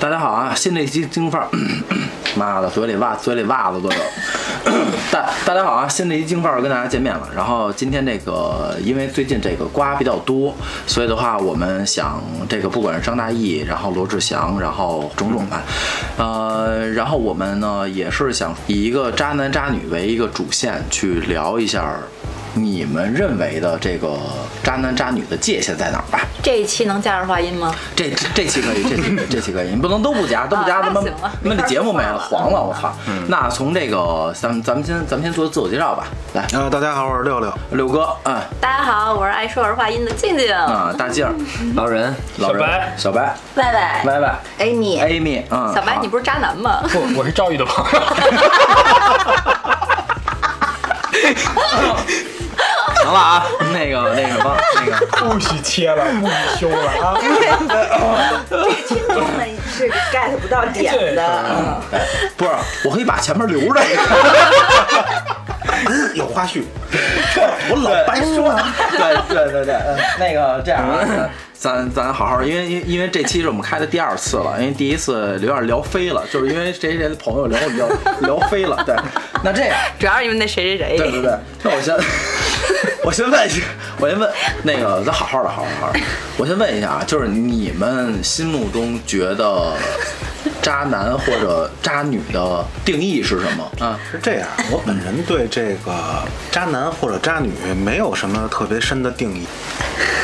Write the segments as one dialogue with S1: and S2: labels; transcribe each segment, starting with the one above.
S1: 大家好啊！新的一期京范儿， 妈的，嘴里袜嘴里袜子都有。 大大家好啊！新的一期京范儿跟大家见面了。然后今天这个，因为最近这个瓜比较多，所以的话，我们想这个不管是张大奕，然后罗志祥，然后种种吧，呃，然后我们呢也是想以一个渣男渣女为一个主线去聊一下。你们认为的这个渣男渣女的界限在哪儿吧？
S2: 这一期能加上话音吗？
S1: 这这这期可以，这期可以，这期可以，你不能都不加，都不加，
S2: 啊
S1: 他妈
S2: 那行吧
S1: 他妈
S2: 没
S1: 这
S2: 法
S1: 节目没
S2: 说
S1: 了，
S2: 了
S1: 黄了，我操！
S3: 嗯
S1: 那从这个，咱们咱们先咱们先做自我介绍吧，来，
S4: 啊，大家好，我是六六。
S1: 六哥，嗯
S2: 大家好，我是爱说儿化音的静静，
S4: 嗯
S1: 啊，大劲儿，老人，老人，小白，
S2: 拜拜
S1: 歪歪
S2: ，Amy，
S4: 哎
S1: ，Amy，嗯，
S2: 小白，
S1: 好
S2: 你不是渣男吗？
S3: 不，我是赵玉的朋友。
S1: 行了啊，那个那个什么，那 个
S3: 不许切了，不许修了啊！
S5: 听众们是 get 不到点的，
S1: 哎，不是，我可以把前面留着。
S4: 有花絮，我老白说了。
S1: 对对对对，嗯那个这样啊，咱咱好好，因为因因为这期是我们开的第二次了，因为第一次有点聊飞了，就是因为谁谁的朋友聊我们聊聊飞了。对，那这样，
S2: 主要是因为那谁谁
S1: 对
S2: 谁，
S1: 对对，那我先我先问一下，我先问那个，咱好好的，好好的好好的，我先问一下啊，就是你们心目中觉得渣男或者渣女的定义是什么啊？
S4: 是这样，我本人对这个渣男或者渣女没有什么特别深的定义，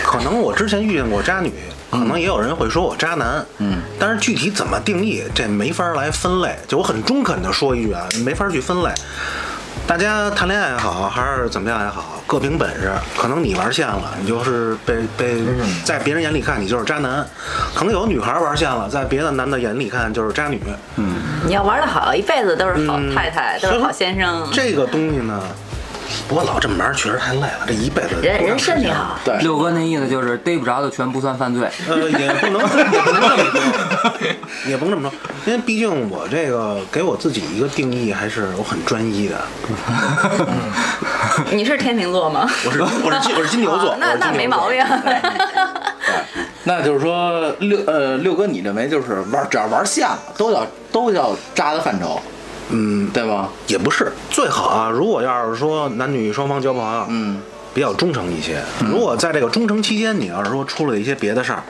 S4: 可能我之前遇见过渣女，可能也有人会说我渣男，嗯，但是具体怎么定义，这没法来分类。就我很中肯的说一句啊，没法去分类。大家谈恋爱也好，还是怎么样也好，各凭本事。可能你玩线了，你就是被被在别人眼里看你就是渣男；可能有女孩玩线了，在别的男的眼里看就是渣女。
S2: 你要玩的好，一辈子都是好太太，都
S4: 所
S2: 是
S4: 以说
S2: 好先生，
S4: 嗯这个东西呢，不过老这么玩儿确实太累了，这一辈子
S2: 人人身体好，
S1: 对，
S6: 六哥那意思就是逮不着的全不算犯罪。
S4: 呃，也不能也不能这么说，也不能这么说，因为毕竟我这个给我自己一个定义还是我很专一的，
S2: 你是天秤座吗？
S4: 我是我是 金我是金牛 座
S2: 啊，那
S4: 我
S2: 那
S4: 是金牛座哎
S2: 没毛病。
S1: 那就是说六呃六哥，你认为就是玩只要玩线了，都叫都叫渣的范畴，
S4: 嗯，
S1: 对吗？
S4: 也不是最好啊。如果要是说男女双方交朋友，
S1: 嗯，
S4: 比较忠诚一些。
S2: 嗯
S4: 如果在这个忠诚期间，你要是说出了一些别的事儿，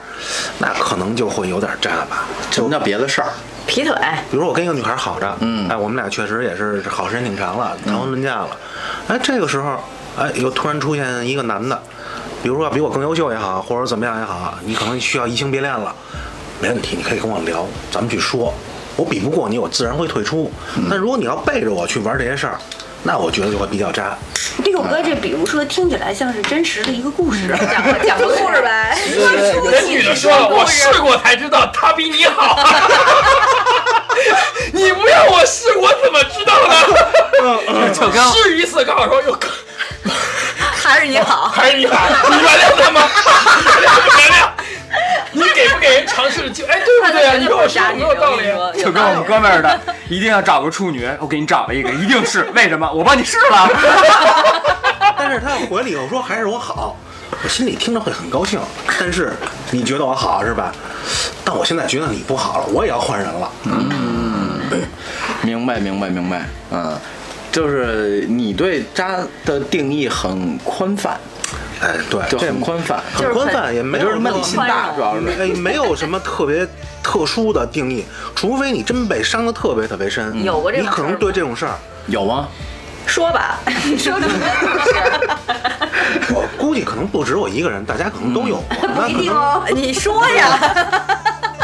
S4: 那可能就会有点渣吧。
S1: 什么叫别的事儿？
S2: 劈腿，
S4: 比如说我跟一个女孩好着，
S1: 嗯
S4: 哎，我们俩确实也是好时间挺长了，谈婚论嫁了，哎，这个时候，哎，又突然出现一个男的，比如说比我更优秀也好，或者怎么样也好，你可能需要移情别恋了，没问题，你可以跟我聊，咱们去说，我比不过你，我自然会退出。
S1: 嗯
S4: 但如果你要背着我去玩这些事儿，那我觉得就会比 较渣。
S5: 六哥这比如说听起来像是真实的一个故事，
S2: 讲个讲个故事 呗。
S3: 人女的说了，我试过才知道她比你好。你不让我试，我怎么知道
S6: 嗯
S3: 呢？
S6: 就跟
S3: 试一次，刚好说哟，可
S2: 还是你好，
S3: 还是你好，你原谅他吗？你原谅不原谅？你给不给人尝试机会？哎，对
S2: 他
S3: 不
S2: 就
S3: 对啊？
S2: 绝
S3: 你
S2: 对
S3: 跟
S2: 不
S3: 我
S2: 是
S3: 说
S2: 渣
S3: 有
S2: 女，
S3: 没有道
S2: 我
S3: 理
S2: 跟你？
S3: 啊
S2: 说，
S6: 就
S2: 有
S6: 跟
S2: 道
S6: 我
S2: 理
S6: 们哥们儿的，一定要找个处女，我给你找了一个，一定是为什么？我帮你试了。
S4: 但是他要回了以后说还是我好，我心里听着会很高兴。但是你觉得我好是吧？但我现在觉得你不好了，我也要换人了。
S1: 嗯明白，明白，明白。嗯，就是你对渣的定义很宽泛，
S4: 哎，对，
S1: 就
S4: 这
S1: 很宽泛，
S4: 很宽泛，也没
S1: 就是
S4: 有
S1: 他妈
S4: 说
S1: 你心大，主要是。
S4: 没嗯哎没有什么特别特殊的定义，除非你真被伤的特别特别深。
S2: 有过这种
S4: 你可
S2: 事儿
S4: 能
S2: 吗
S4: 对这种事儿，
S1: 有吗？
S2: 说吧，你说什么故事？
S4: 我估计可能不止我一个人，大家可能都有过。 那可能
S5: 哦。
S2: 你说呀，
S5: 他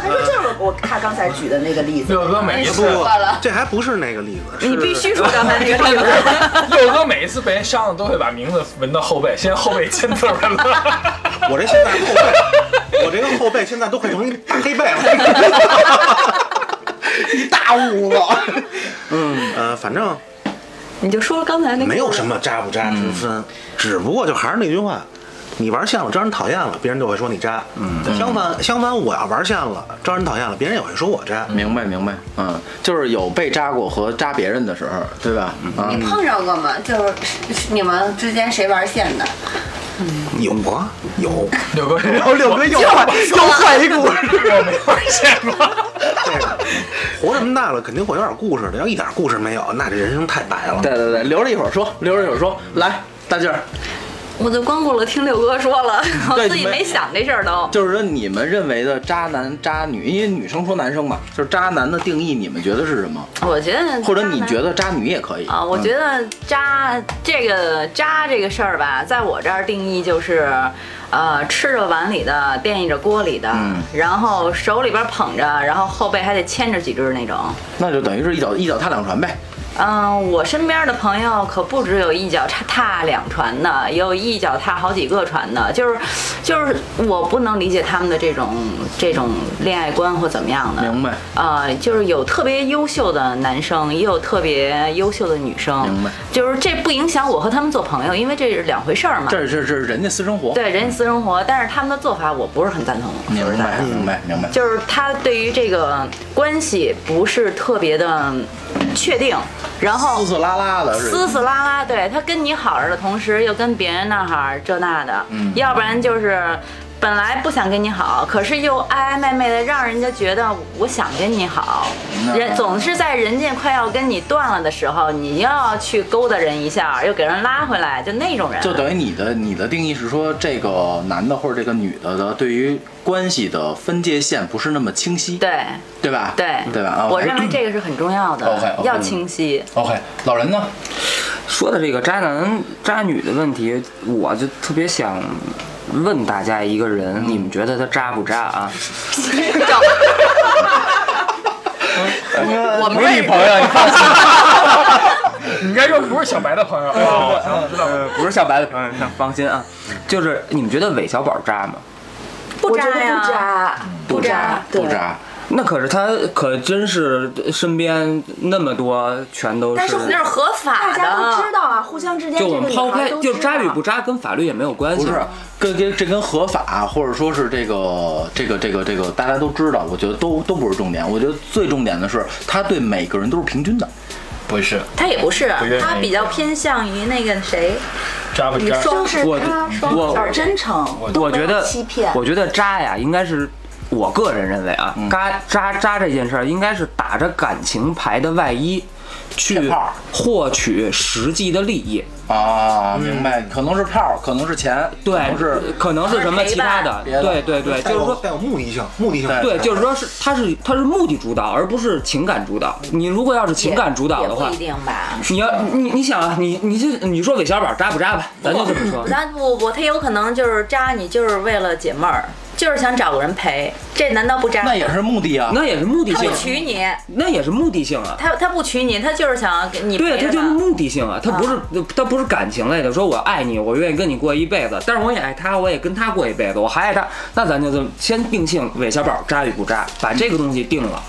S5: 说哎就是我他刚才举的那个例子，
S3: 六哥每一
S4: 不
S3: 次
S4: 不，
S2: 算哎了
S4: 这还不是那个例子，
S2: 你
S4: 是
S2: 必须说刚才那个例子。
S3: 六哥每一次被人伤了，都会把名字纹到后背，现在后背签字纹了。
S4: 我这现在后背，我这个后背现在都快成一大黑背了，一大痦子。 嗯呃，反正
S2: 你就说刚才那个
S4: 没有什么渣不渣之分，只不过就还是那句话，你玩线了招人讨厌了，别人就会说你渣。嗯，相反相反，我要玩线了招人讨厌了，别人也会说我渣。
S1: 明白，明白。嗯，就是有被渣过和渣别人的时候，对吧？啊，
S7: 你碰着过吗？就是你们之间谁玩线的？
S4: 有啊，有，
S3: 六哥，
S6: 然后六哥又换又换一故事，
S3: 我没发现过。
S4: 这个活这么大了，肯定会有点故事的。要一点故事没有，那这人生太白了。
S1: 对对对，留着一会儿说，留着一会儿说。来，大劲儿，
S2: 我就光顾了听六哥 说了，我
S1: 对
S2: 自己没想这事儿都。
S1: 就是说你们认为的渣男渣女，因为女生说男生嘛，就是渣男的定义，你们觉得是什么？
S2: 我觉得，
S1: 或者你觉得嗯渣女也可以
S2: 啊？我觉得渣这个渣这个事儿吧，在我这儿定义就是，呃，吃着碗里的，惦记着锅里的，
S1: 嗯
S2: 然后手里边捧着，然后后背还得牵着几只那种。
S1: 那就等于是一脚一脚踏两船呗。
S2: 嗯，我身边的朋友可不只有一脚踏踏两船的，也有一脚踏好几个船的。就是，就是我不能理解他们的这种这种恋爱观或怎么样的。
S1: 明白。
S2: 呃，就是有特别优秀的男生，也有特别优秀的女生。
S1: 明白。
S2: 就是这不影响我和他们做朋友，因为这是两回事儿嘛。
S1: 这这这是人家私生活。
S2: 对，人家私生活，但是他们的做法我不是很赞同。
S1: 明
S2: 说实在
S1: 白
S2: 的
S1: 明白明白。
S2: 就是他对于这个关系不是特别的确定，然后
S1: 撕撕拉拉的是。
S2: 撕撕拉拉，对他跟你好着的同时，又跟别人那哈这那的，
S1: 嗯
S2: 要不然就是本来不想跟你好，可是又爱爱昧昧的，让人家觉得我想跟你好，
S1: 那
S2: 人总是在人家快要跟你断了的时候，你又要去勾搭人一下，又给人拉回来，就那种人，
S1: 就等于你的你的定义是说，这个男的或者这个女的的对于关系的分界线不是那么清晰，
S2: 对
S1: 对吧？
S2: 对
S1: 对吧？啊，
S2: 我认为这个是很重要的，
S1: OK，OK
S2: 要清晰。
S1: OK，老人呢？
S6: 说的这个渣男渣女的问题，我就特别想问大家一个人，你们觉得他渣不渣啊？
S2: 我们
S6: 不是你朋友，你放心，
S3: 你应该说不是小白的朋友啊，我想知道了。
S6: 呃不是小白的朋友，放心啊。就是你们觉得韦小宝渣吗？
S5: 不
S2: 渣呀
S5: 不渣，
S1: 不
S5: 渣，
S1: 不
S5: 对。
S1: 渣。
S6: 那可是他可真是身边那么多全都
S2: 但是那是合法
S5: 大家都知
S2: 的，
S5: 道啊，互相之间
S6: 就我
S5: 这个
S6: 们
S5: 女
S6: 抛
S5: 孩
S6: 开，
S5: 都
S6: 就
S5: 知
S6: 渣与
S5: 道
S6: 不渣跟法律也没有关系。
S1: 不是，跟跟这跟合法，或者说是这个这个这个这个，大家都知道，我觉得都都不是重点。我觉得最重点的是，他对每个人都是平均的。
S3: 不是
S2: 他也不是，
S3: 愿意
S2: 他比较偏向于那个谁，
S3: 渣不
S2: 你
S1: 呃
S3: 渣？
S2: 双
S5: 就是
S6: 我
S5: 他双
S6: 我
S5: 好真诚，都
S6: 我
S5: 没有
S6: 觉得
S5: 欺骗，
S6: 我觉得渣呀，应该是我个人认为啊，
S1: 嗯
S6: 渣渣渣这件事儿，应该是打着感情牌的外衣，
S1: 骗
S6: 去
S1: 炮儿
S6: 获取实际的利益。
S1: 啊，明白？可能是票，可能是钱，
S6: 对
S1: 可能，是
S6: 可能是什么其他的，
S1: 别的
S6: 对对对，
S4: 带
S6: 就是
S4: 有
S6: 说。
S4: 带有目的性，目的性。
S1: 对
S6: 对，就是说是它是它是目的主导，而不是情感主导。你如果要是情感主导
S2: 也
S6: 的
S2: 不
S6: 话
S2: 一，定吧。
S6: 你要你你想啊，你你就你说韦小宝渣不渣吧，咱就这么说。
S2: 那我我他有可能就是渣你，就是为了解闷儿，就是想找个人陪，这难道不渣？
S1: 那也是目的啊。
S6: 那也是目的
S2: 他
S6: 性
S2: 不，娶你，
S6: 那也是目的性啊。
S2: 他他不娶你，他就是想给你
S6: 对，啊
S2: 陪
S6: 他
S2: 着
S6: 就是
S2: 嘛。
S6: 目的性啊，他不是他不是感情类的，说我爱你，我愿意跟你过一辈子，但是我也爱他，我也跟他过一辈子，我还爱他，那咱就这么先定性韦小宝渣与不渣，把这个东西定了，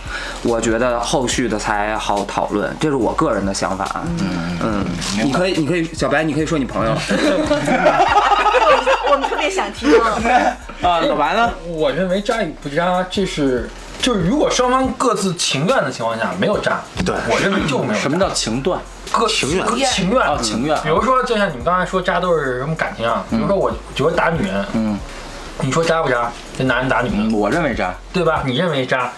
S6: 我觉得后续的才好讨论，这是我个人的想法啊。嗯嗯，你可以你可以小白，你可以说你朋友了，
S5: 我们特别想听，
S1: 啊，老白呢？
S3: 我认为渣与不渣，这是就是如果双方各自情愿的情况下，没有渣。
S4: 对
S3: 我认为就没有
S1: 什么
S3: 渣
S1: 叫情断？
S3: 各
S4: 情愿
S3: 各情愿
S1: 啊情愿
S3: 比如说，就像你们刚才说渣都是什么感情啊？比如说，我觉得打女人，
S1: 嗯，
S3: 你说渣不渣？这男人打女人，
S1: 嗯我认为渣。
S3: 对吧？你认为渣？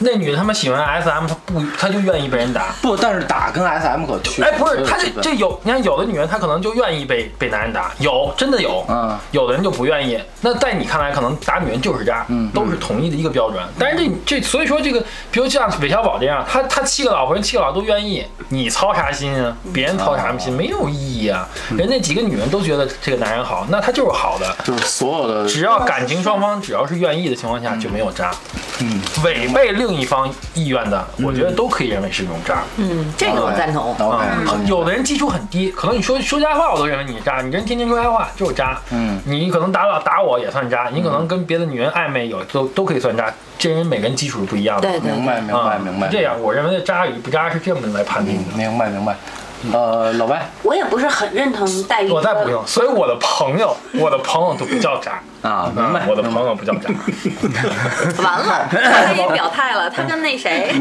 S3: 那女的他妈喜欢 SM，她不，她就愿意被人打。
S1: 不，但是打跟 S M 可区
S3: 哎，不是，
S1: 有
S3: 她这
S1: 区分
S3: 这有，你看有的女人她可能就愿意被被男人打，有真的有，
S1: 嗯
S3: 有的人就不愿意。那在你看来，可能打女人就是渣，
S1: 嗯
S3: 都是统一的一个标准。但是这这，所以说这个，比如像韦小宝这样，他他七个老婆，人七个老婆都愿意，你操啥心啊？别人操啥心？没有意义啊！人那几个女人都觉得这个男人好，那他就是好的。
S1: 就是所有的
S3: 只要感情双方只要是愿意的情况下就没有渣，嗯，违背另一方意愿的，我觉得都可以认为是一种渣。
S2: 嗯， 这个我赞同。
S6: 哦
S1: OK，
S3: 嗯，有的人基础很低，可能你说说瞎话我都认为你是渣，你这人天天说瞎话就是渣。
S1: 嗯，
S3: 你可能打老打我也算渣，你可能跟别的女人暧昧有都都可以算渣，这人每个人基础是不一样的。
S6: 哦
S2: 对对
S1: 明白明白
S3: 啊
S1: 明白。
S3: 这样，我认为的渣与不渣是这么来判定的。
S1: 明白明白。呃，老白
S7: 我也不是很认同黛
S1: 嗯
S7: 玉。
S3: 我再补。充，所以我的朋友，我的朋友都不叫渣 嗯
S1: 啊，明白，
S3: 我的朋友不叫渣，
S2: 完 了，他也表态了，他跟那谁，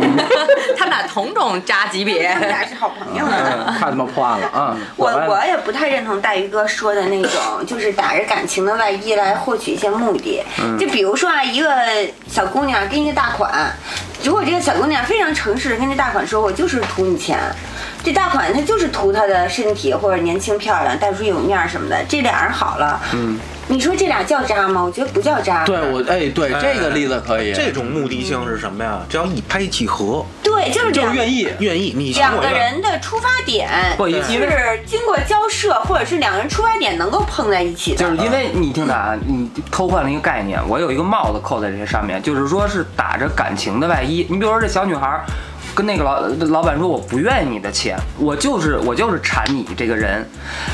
S2: 他们俩同种渣级别
S5: 他。们俩是好朋 友呢。
S1: 嗯太他妈破案了啊！
S5: 我
S1: 老白
S5: 我也不太认同大鱼哥说的那种，就是打着感情的外衣来获取一些目的。就比如说啊，一个小姑娘跟一个大款，如果这个小姑娘非常诚实，跟这大款说：“我就是图你钱。”这大款他就是图她的身体或者年轻漂亮、戴出有面儿什么的，这俩人好了。嗯，你说这俩叫渣吗？我觉得不叫渣。
S1: 对我哎，对这个例子可以，
S4: 这种目的性是什么呀？只要一拍即合，
S5: 对，就是
S1: 就
S5: 这样
S1: 是。愿意。
S4: 愿意你情
S5: 两
S4: 我
S5: 个
S4: 愿。
S5: 人的出发点
S6: 不因为
S5: 是经过交涉，或者是两个人出发点能够碰在一起的
S6: 就。是因为你听着啊，你偷换了一个概念，我有一个帽子扣在这上面，就是说是打着感情的外衣。你比如说这小女孩儿，跟那个老老板说我不愿意你的钱，我就是我就是馋你这个人，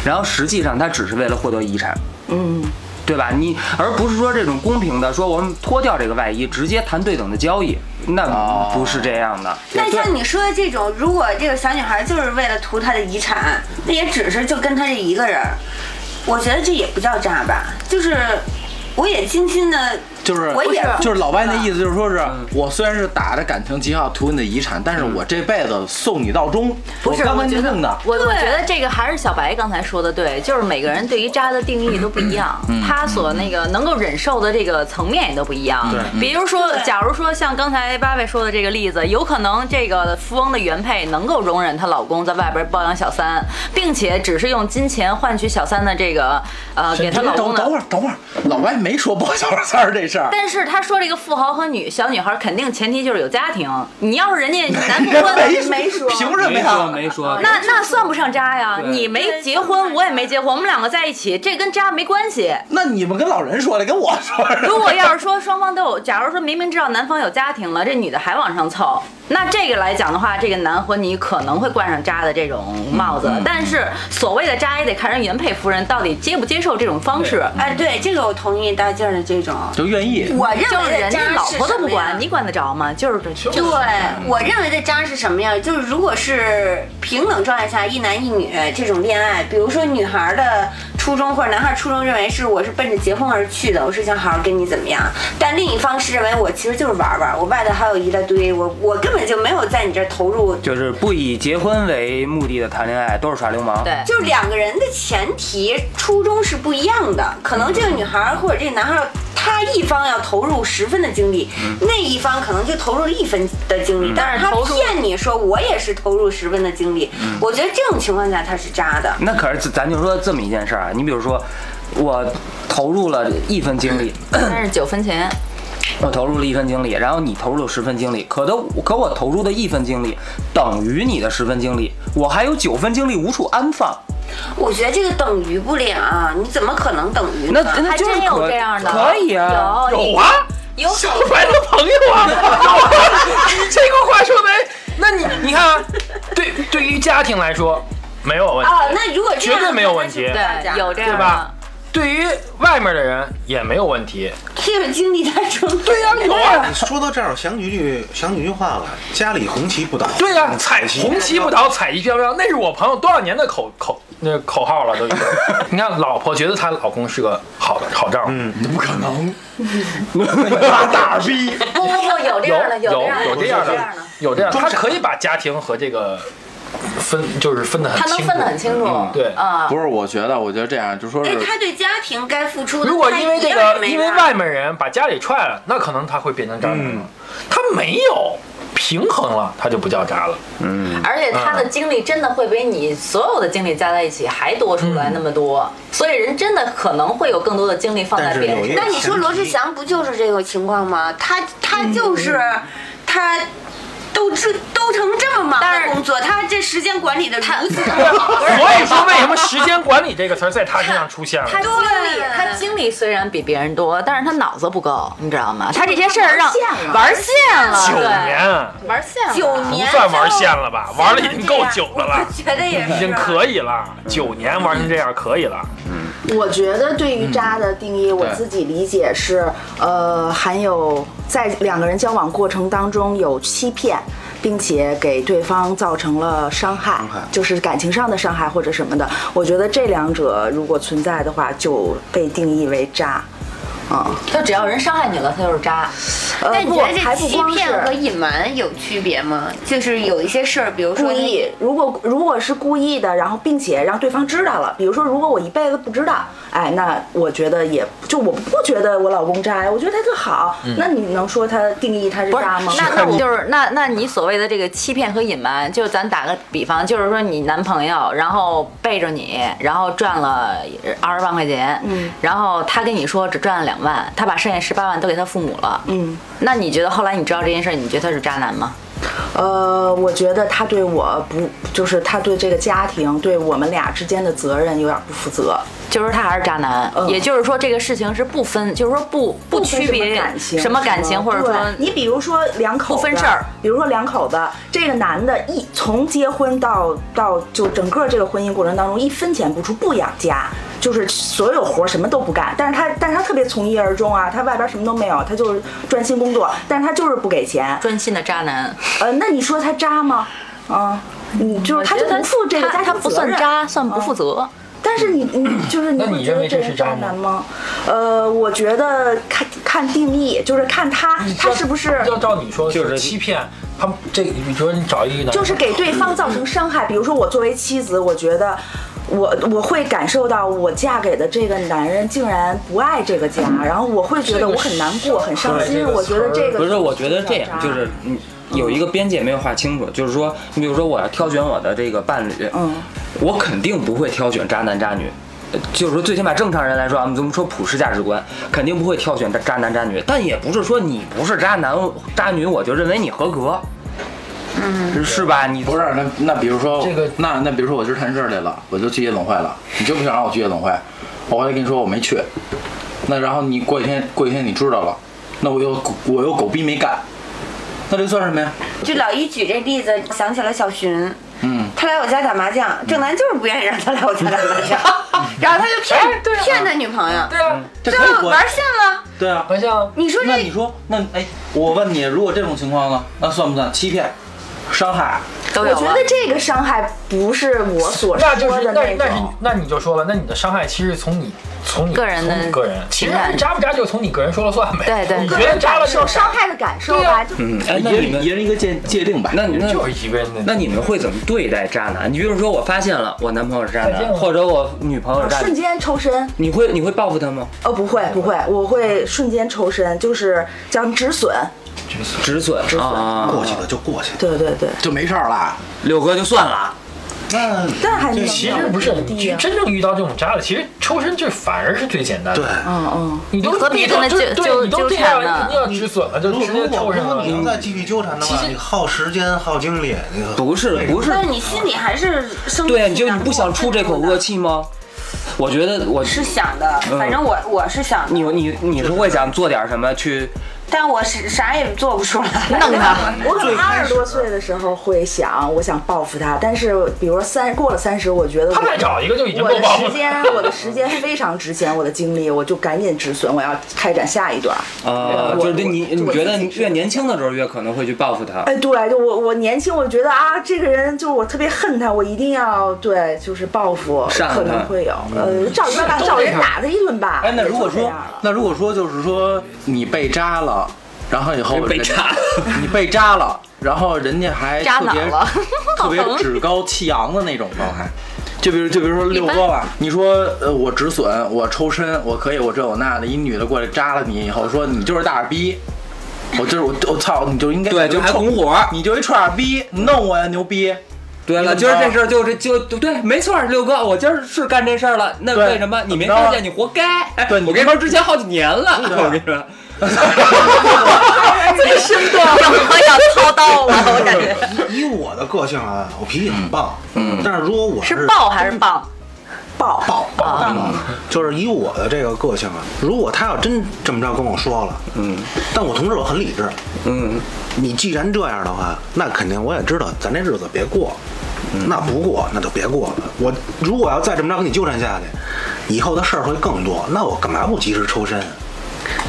S6: 然后实际上她只是为了获得遗产，
S2: 嗯，
S6: 对吧？你而不是说这种公平的，说我们脱掉这个外衣，直接谈对等的交易，那
S1: 哦
S6: 不是这样的。
S5: 那像你说的这种，如果这个小女孩就是为了图她的遗产，那也只是就跟她这一个人儿，我觉得这也不叫渣吧，就是我也精心的，
S1: 就是
S5: 我也
S1: 就是老白那
S2: 嗯
S1: 意思，就是说是
S6: 嗯
S1: 我虽然是打着感情旗号图你的遗产，但是我这辈子送你到终，
S2: 嗯不是，
S1: 我干
S2: 我
S1: 干
S2: 觉
S1: 净
S2: 得
S1: 净的。
S2: 我我觉得这个还是小白刚才说的对，就是每个人对于渣的定义都不一样，他所那个能够忍受的这个层面也都不一样。对，比如说，假如说像刚才八位说的这个例子，有可能这个富翁的原配能够容忍她老公在外边包养小三，并且只是用金钱换取小三的这个呃给她老公
S1: 等
S2: 的
S1: 等会儿，等会儿，老白没说抱小三儿这事儿。
S2: 但是他说这个富豪和女小女孩，肯定前提就是有家庭。你要是人家男 不婚，
S5: 没说
S1: 凭什么
S6: 没说
S1: 呀？
S6: 没说，
S2: 那那算不上渣呀。
S6: 对
S2: 你没结婚，我也没结婚，我们两个在一起，这跟渣没关系。
S1: 那你们跟老人说的，跟我说的。
S2: 如果要是说双方都有，假如说明明知道男方有家庭了，这女的还往上凑，那这个来讲的话，这个男婚你可能会冠上渣的这种帽子。但是所谓的渣也得看人原配夫人到底接不接受这种方式。
S5: 哎，对这个我同意大静儿的这种。
S1: 就愿意，
S5: 我认
S2: 就是
S5: 为的
S2: 人家
S5: 渣
S2: 老婆都不
S5: 是什么呀
S2: 管，你管得着吗？就是这，
S5: 对
S2: 就是，
S5: 我认为的渣是什么呀？就是如果是平等状态下一男一女这种恋爱，比如说女孩的初衷或者男孩初衷认为是我是奔着结婚而去的，我是想好好跟你怎么样，但另一方是认为我其实就是玩玩，我外头还有一大堆，我我根本就没有在你这儿投入。
S6: 就是不以结婚为目的的谈恋爱都是耍流氓。
S2: 对。
S5: 就是两个人的前提初衷是不一样的，可能这个女孩儿或者这个男孩儿，他一方要投入十分的精力，
S3: 嗯
S5: 那一方可能就投入了一分的精力，但是他
S2: 投入
S5: 骗你说我也是投入十分的精力，
S3: 嗯
S5: 我觉得这种情况下他是渣的。
S6: 那可是咱就说这么一件事儿啊，你比如说，我投入了一分精力，
S2: 但是九分钱，
S6: 我投入了一分精力，然后你投入了十分精力，可都可我投入的一分精力等于你的十分精力，我还有九分精力无处安放，
S5: 我觉得这个等于不了啊，你怎么可能等于
S6: 那
S5: 呢？
S6: 那
S2: 还
S6: 就是
S2: 真
S6: 可
S2: 有这样的，
S6: 可以啊，
S2: 有
S3: 有啊，
S2: 有
S3: 小白的朋友 啊，你这个话说的，那你你看啊，对对于家庭来说没有问题，
S5: 啊，那如果这样
S3: 绝对没有问题
S5: 那
S2: 对有
S5: 就是不渣
S2: 这样的
S3: 对吧？对于外面的人也没有问题，
S5: 这个精力太充沛。对啊呀、
S4: 你说到这儿，我想起一句想起一句话来：家里红旗不倒，
S3: 对呀、彩
S4: 彩旗
S3: 红旗不倒，彩旗飘飘，那是我朋友多少年的口口那口号 了，都已经。你看，老婆觉得她老公是个好的好丈夫，
S1: 嗯不可能， 拉大逼，
S2: 不不不，有这
S3: 有
S2: 样的，
S3: 有
S2: 这样
S3: 有
S2: 的，
S3: 这样的，嗯有这样的，她可以把家庭和这个分就是分得很
S2: 他
S3: 清
S2: 能
S3: 楚，
S2: 分得很清楚，
S3: 对
S2: 啊，哎
S1: 不是？我觉得，我觉得这样就说
S5: 因
S1: 是
S5: 为他对家庭该付出的，
S3: 如果因为这
S5: 他一样
S3: 个，
S5: 没
S3: 因为
S5: 拿
S3: 外面人把家里踹了，那可能他会变成渣男
S1: 嗯
S3: 了。他没有平衡了，他就不叫渣了。
S2: 而且他
S4: 嗯
S2: 的精力真的会比你所有的精力加在一起还多出
S4: 嗯
S2: 来那么多，所以人真的可能会有更多的精力放在
S4: 但是
S2: 别
S4: 有一
S2: 人。
S4: 个
S5: 那你说罗志祥不就是这个情况吗？他
S3: 嗯
S5: 他就是、他都这都成这么忙
S2: 但是
S5: 的工作，他这时间管理的如此的好，
S3: 所以说，为什么时间管理这个词儿在他身上出现了？
S2: 他精力，他精力虽然比别人多，但是他脑子不够，你知道吗？他这些事儿让玩线了，啊
S3: 九
S2: 对，
S3: 年
S2: 玩线了，
S5: 九
S3: 不
S5: 年
S3: 算玩
S5: 就
S3: 线了吧？玩的已经够久的了
S5: 我，觉得也是
S3: 已经可以了。九年玩成这样可以了。
S8: 我觉得对于渣的定义，我自己理解是，呃，含有在两个人交往过程当中有欺骗。并且给对方造成了伤害，
S4: 害
S8: 就是感情上的伤害或者什么的。我觉得这两者如果存在的话，就被定义为渣。啊、
S2: 他只要人伤害你了，他就是渣。
S8: 呃，
S5: 那你
S8: 不
S5: 觉得这
S8: 还不
S5: 欺
S8: 光
S5: 骗和
S8: 是
S5: 隐瞒有区别吗？就是有一些事儿，比如说
S8: 故意。如果如果是故意的，然后并且让对方知道了，比如说如果我一辈子不知道，哎，那我觉得也就我不觉得我老公渣呀，我觉得他特好。那你能说他定义他
S2: 嗯
S8: 是
S2: 不是
S8: 渣吗？
S2: 那那我就是那那你所谓的这个欺骗和隐瞒，就咱打个比方，就是说你男朋友然后背着你，然后赚了二十万块钱，嗯，然后他跟你说只赚了两万，他把剩下十八万都给他父母了，
S8: 嗯，
S2: 那你觉得后来你知道这件事，你觉得他是渣男吗？
S8: 呃，我觉得他对我不，就是他对这个家庭，对我们俩之间的责任有点不负责。
S2: 就是他还是渣男，
S8: 嗯
S2: 也就是说这个事情是不分，就是说不不
S8: 分
S2: 区别
S8: 什么感情，
S2: 什么感情，或者
S8: 对
S2: 说
S8: 你比如说两口子
S2: 不分事儿，
S8: 比如说两口子，这个男的一从结婚到到就整个这个婚姻过程当中一分钱不出，不养家。就是所有活儿什么都不干，但是他但是他特别从一而终啊，他外边什么都没有，他就是专心工作，但是他就是不给钱。
S2: 专心的渣男。
S8: 呃，那你说他渣吗？啊，你就是他就
S2: 我觉得
S8: 不负这个
S2: 他
S8: 家
S2: 他
S8: 庭责任，嗯
S2: 不算渣，算不负责。
S8: 但是你 你就是你
S3: 那
S8: 会
S3: 你
S8: 觉
S3: 认
S8: 得
S3: 为这
S8: 这
S3: 是
S8: 是
S3: 渣
S8: 渣
S3: 吗
S8: 男吗？呃，我觉得看看定义，就是看他他是不是
S3: 要照你说
S4: 就是
S3: 欺骗他们这？你说你找一个男，
S8: 就是给对方造成伤害。比如说我作为妻子，我觉得。我我会感受到我嫁给的这个男人竟然不爱这个家，然后我会觉得我很难过，很伤
S3: 对
S8: 心。
S3: 这个
S8: 我觉得
S3: 词儿
S8: 这个
S6: 不是，嗯我觉得这
S8: 叫
S6: 样
S8: 渣
S6: 就是你有一个边界没有划清楚，就是说，你比如说我要挑选我的这个伴侣，
S8: 嗯，
S6: 我肯定不会挑选渣男渣女。呃就是说，最起码正常人来说，啊，我们怎么说普世价值观，肯定不会挑选渣渣男渣女，但也不是说你不是渣男渣女，我就认为你合格，嗯，是吧？你
S1: 不是，那那比如说
S3: 这个
S1: 那那比如说我今儿谈事儿来了，我就去夜总会了，你就不想让我去夜总会，我回来跟你说我没去，那然后你过几天过几天你知道了，那我又我又狗逼没干，那这算什么呀？
S5: 就老一举这例子，想起了小寻，
S1: 嗯，
S5: 他来我家打麻将，正南就是不愿意让他来我家打麻 将，然后他就骗、骗他女朋友，
S3: 对啊，
S1: 这
S5: 最
S1: 可以
S5: 后
S1: 关
S5: 玩线了。
S1: 对啊。
S3: 好像
S5: 你说
S1: 那你
S5: 这
S1: 说，那哎，我问你，如果这种情况呢，那算不算欺骗、伤害？
S2: 都
S8: 我
S2: 有
S8: 觉
S2: 了
S8: 得这个伤害不是我所
S3: 那就
S8: 说
S3: 是
S8: 的
S3: 那
S8: 种。
S3: 那是那你就说了，那你的伤害其实从你从你
S2: 个人的
S3: 从你个人，其实
S2: 情感
S3: 渣不渣就从你个人说了算呗。
S2: 对对
S3: 你
S8: 个
S3: 觉得
S8: 人
S3: 渣
S8: 感
S3: 了就
S8: 受
S3: 是
S8: 伤害的感受
S3: 对
S8: 吧，
S3: 啊
S8: 就
S6: 嗯，哎，那
S1: 一
S6: 你
S1: 人
S6: 们
S1: 一人一个界界定吧。
S6: 那你那
S3: 就是一个人的。
S6: 那你们会怎么对待渣男？你比如说，我发现了我啊男朋友是渣
S3: 再见
S6: 男，
S3: 了
S6: 或者我女朋友是渣
S8: 瞬
S6: 女，
S8: 间抽身。
S6: 你会你会报复他吗？
S8: 哦，不会不会，我会瞬间抽身，就是叫止损。
S6: 止损啊，
S4: 过去了就过去了。
S8: 对对对，
S1: 就没事儿了。
S6: 六哥就算了。啊
S4: 那
S8: 但还能
S3: 其实不是，
S8: 怎么地
S3: 你
S8: 呀
S3: 真正遇到这种渣的，其实抽身这反而是最简单的。
S4: 对，，
S8: 嗯嗯，
S3: 你都
S2: 你何必
S3: 你都
S2: 跟他
S3: 就
S2: 纠
S3: 对
S2: 纠
S3: 你都这
S2: 纠
S3: 样
S2: 缠呢
S3: 了，你要止损了，就
S4: 如果
S3: 直接
S4: 如
S3: 抽
S4: 果
S3: 身
S4: 如果
S3: 了。
S4: 你要再继续纠缠的
S3: 其
S4: 话，
S3: 实
S4: 你耗时间、耗精力，你
S6: 不是不是，
S5: 但是你心里还是生
S6: 对，啊
S5: 气
S6: 你就你
S5: 难
S6: 不
S5: 过
S6: 想出这口恶气吗？我觉得我
S5: 是想的，
S6: 嗯
S5: 反正我我是想
S6: 你
S5: 的，
S6: 你你是会想做点什么去？
S5: 但我是啥也做不出来。
S2: 弄他。
S8: 我可
S4: 最
S8: 能
S4: 开
S8: 二
S4: 始
S8: 十多岁的时候会想，我想报复他，但是比如说三过了三十，我觉得
S3: 他再
S8: 我
S3: 找一个就已经
S8: 我
S3: 够
S8: 的
S3: 报复
S8: 时间，我的时间非常值钱，我的精力，我就赶紧止损，我要开展下一段。
S6: 呃，
S8: 我
S6: 就是你
S8: 我
S6: 你
S8: 我
S6: 觉得
S8: 自己
S6: 你
S8: 是
S6: 越年轻的时候越可能会去报复他。
S8: 哎，对，就我我年轻，我觉得啊，这个人就是我特别恨他，我一定要对，就是报复，
S6: 扇他
S8: 可能会有，呃，照一巴
S3: 嗯是
S8: 掌，
S3: 都
S8: 照
S3: 这
S8: 人
S3: 样
S8: 打他一顿吧。
S1: 哎，那
S8: 也
S1: 如果
S8: 就这
S1: 说
S8: 样了，
S1: 那如果说就是说你被扎了，然后以后
S6: 被
S1: 人
S6: 扎了，
S1: 你被扎了，然后人家还
S2: 扎
S1: 特
S2: 哪
S1: 别
S2: 儿了
S1: 特别
S2: 好疼
S1: 趾高气扬的那种状态。就比如就比如说六哥吧，你说呃我止损，我抽身，我可以我这我那的，一女的过来扎了你以后说你就是大耳逼，我就是我我操你就应该
S6: 对，就还
S1: 冲
S6: 拱火。
S1: 你就一串耳逼，你弄我呀牛逼，
S6: 对了，
S1: 你
S6: 今
S1: 怎么
S6: 儿这
S1: 着
S6: 事儿就是就就对，没错儿，六哥，我今儿是干这事儿了。那
S1: 对
S6: 为什么你没
S1: 怎么着啊
S6: 看见？你活该！哎，
S1: 对你
S6: 我跟你说，之前好几年了，
S1: 对啊
S6: 我跟你说，这深度 啊。
S2: 我要操刀了，我感觉
S4: 以我的个性啊，我脾气很暴，嗯，但是如果我
S2: 是爆还是棒？
S8: 爆
S4: 暴暴力，就是以我的这个个性啊，如果他要真这么着跟我说了，嗯，但我同志我很理智，
S6: 嗯，
S4: 你既然这样的话，那肯定我也知道咱这日子别过，那不过那就别过了。我如果要再这么着跟你纠缠下去，以后的事儿会更多，那我干嘛不及时抽身？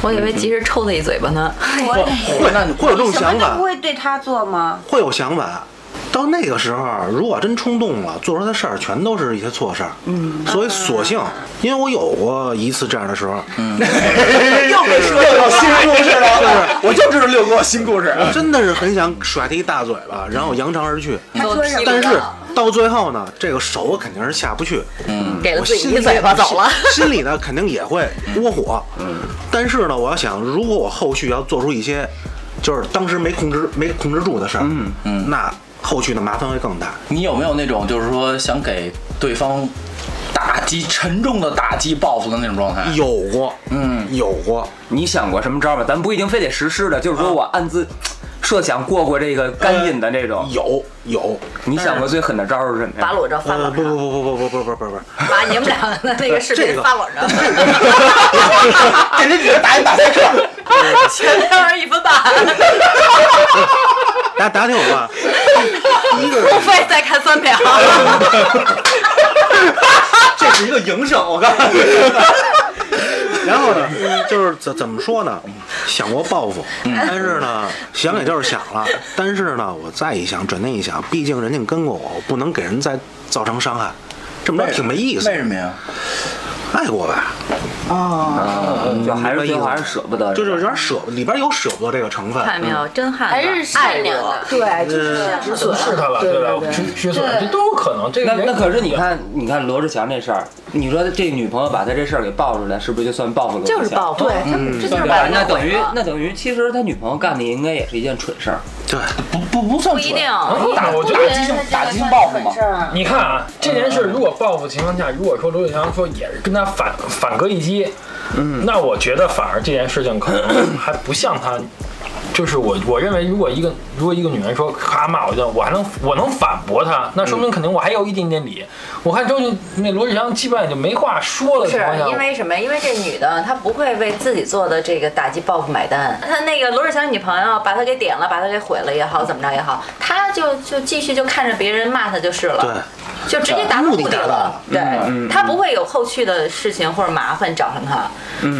S2: 我以为急着抽他一嘴巴呢。
S5: 我
S4: 会那会有这种
S5: 什么
S4: 想
S5: 都
S4: 法
S5: 不，会对他做吗？
S4: 会有想法。到那个时候，如果真冲动了，做出的事儿全都是一些错事儿。嗯，所以索性，因为我有过一次这样的时候，嗯，又没说又 有新故事了，就是
S1: 我就知道六哥新故事。
S4: 我真的是很想甩他一大嘴巴，然后扬长而去。
S2: 嗯
S5: 他说什么？
S4: 但是到最后呢，这个手肯定是下不去，
S2: 嗯给了
S4: 我
S2: 自
S4: 心
S2: 己一嘴巴走 了。嗯
S4: 心心里呢肯定也会窝火。嗯但是呢，我要想，如果我后续要做出一些，就是当时没控制没控制住的事儿，嗯嗯，那后续的麻烦会更大。
S1: 你有没有那种就是说想给对方打击沉重的打击报复的那种状态？
S2: 哎
S4: 有过，
S1: 嗯，
S4: 有过，
S6: 你想过什么招吗？咱不一定非得实施的，就是说我暗自设想过过这个干瘾的这种。
S4: 有有。
S6: 你想过最狠的招是什么
S2: 把
S6: 呀？
S2: 裸照发
S4: 呃，
S2: 网
S4: 不不
S2: 上，
S4: 不不不不不不不不，
S2: 把你们俩的那个视
S4: 这
S2: 频
S4: 个
S2: 发网上，
S1: 给人女的打一打赛克，
S2: 全都是一分半，
S4: 大家打听我吧。
S2: 付费再看三秒。
S4: 这是一个营生，我告诉你。然后呢，就是怎怎么说呢？想过报复，但是呢，想也就是想了。但是呢，我再一想，转念一想，毕竟人家跟过我，我不能给人再造成伤害，这么着挺没意思
S1: 为。什么呀？
S4: 爱过吧，
S6: 嗯就还是最后还是舍不得。
S4: 就是有点舍，里边有舍不得这个成分。
S2: 看见没有，真汉子，
S7: 还是善良
S2: 爱
S7: 的
S2: 国。
S3: 呃
S8: 对，就是止损，
S3: 是他了，
S8: 对
S3: 吧？
S8: 对
S3: 缺缺损，这都有可能。这个
S6: 那
S3: 人
S6: 那可是你看，你看罗志祥这事儿，你说这女朋友把他这事儿给爆出来，是不是就算报复罗志祥？
S2: 就是报复，
S8: 对
S2: 这
S6: 对
S2: 就是
S6: 吧
S2: 把？人
S6: 那
S2: 家
S6: 等于那等于，其实他女朋友干的应该也是一件蠢事儿。
S4: 对，
S1: 不不不算
S2: 不一
S1: 蠢
S2: 定，
S3: 能打，我觉得
S1: 打击性打击性报复嘛。
S3: 你看啊，
S6: 嗯
S3: 这件事如果报复情况下，如果说刘志强说也是跟他反反戈一击，嗯，那我觉得反而这件事情可能还不像他。就是我，我认为如果一个如果一个女人说咔骂我一顿，我还能我能反驳她，那说明肯定我还有一点点理。我看周俊那罗志祥基本上就没话说了，
S2: 是
S3: 情况下
S2: 因为什么？因为这女的她不会为自己做的这个打击报复买单。她那个罗志祥女朋友把她给点了，把她给毁了也好，怎么着也好，她就就继续就看着别人骂她就是了，就直接达到
S4: 目
S2: 目
S4: 的
S2: 的
S4: 达
S2: 了
S4: 到了。
S2: 对，她不会有后续的事情或者麻烦找上她。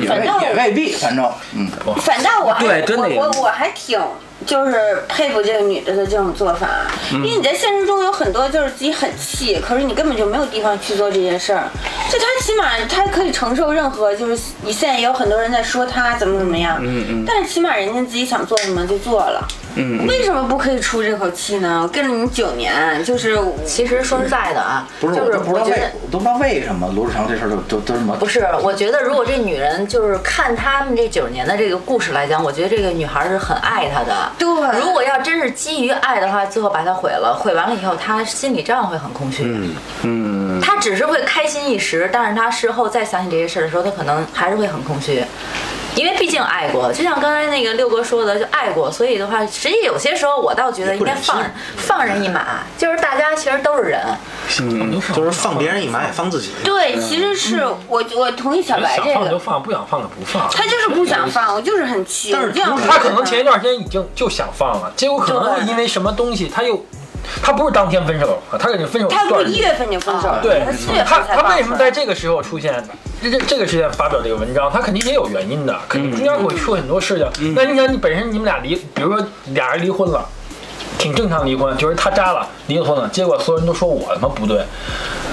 S1: 也未也未必，反正嗯，
S5: 反倒我还
S6: 对真的也
S5: 我我我还挺就是佩服这个女的的这种做法，因为你在现实中有很多就是自己很气，可是你根本就没有地方去做这件事儿。就她起码她可以承受任何，就是你现在也有很多人在说她怎么怎么样，嗯嗯，但是起码人家自己想做什么就做了，嗯，为什么不可以出这口气呢？我跟了你九年，就是我
S2: 其实说实在的啊，
S1: 不是，
S2: 就
S1: 我
S2: 是
S1: 都不知
S2: 我
S1: 道
S2: 觉得
S1: 为，我都不知道为什么罗志祥这事儿就就就这么
S2: 不是，我觉得如果这女人就是看他们这九年的这个故事来讲，我觉得这个女孩是很爱他的。
S5: 对
S2: 如果要真是基于爱的话，最后把他毁了，毁完了以后，他心理账会很空虚。嗯嗯，他只是会开心一时，但是他事后再想起这些事儿的时候，他可能还是会很空虚。因为毕竟爱过，就像刚才那个六哥说的，就爱过，所以的话，实际有些时候我倒觉得应该放放人一马，就是大家其实都是人，
S4: 就是放别人一马也放自己。
S5: 对，其实是我我同意小白
S3: 想
S5: 这
S3: 放就
S5: 个，
S3: 放，不想放就不放。
S5: 她就是不想放，我就是很气，
S4: 但是
S5: 我就想
S4: 同时
S3: 他可能前一段时间已经就想放了，结果可能是因为什么东西，他又他不是当天分手，他肯定分手
S5: 他
S3: 一
S5: 不
S3: 段
S5: 是
S3: 时
S5: 一
S3: 间。
S5: 月份就分手了，
S3: 对
S5: 他四
S1: 嗯
S5: 月，
S3: 他
S5: 份才
S3: 他为什么
S5: 放
S3: 在
S5: 出来
S3: 这个时候出现？这这这个时间发表这个文章，他肯定也有原因的，
S1: 嗯
S3: 肯定中间会出很多事情。那你想，你本身你们俩离，比如说俩人离婚了，挺正常离婚，就是他渣了，离了婚了，结果所有人都说我他妈不对。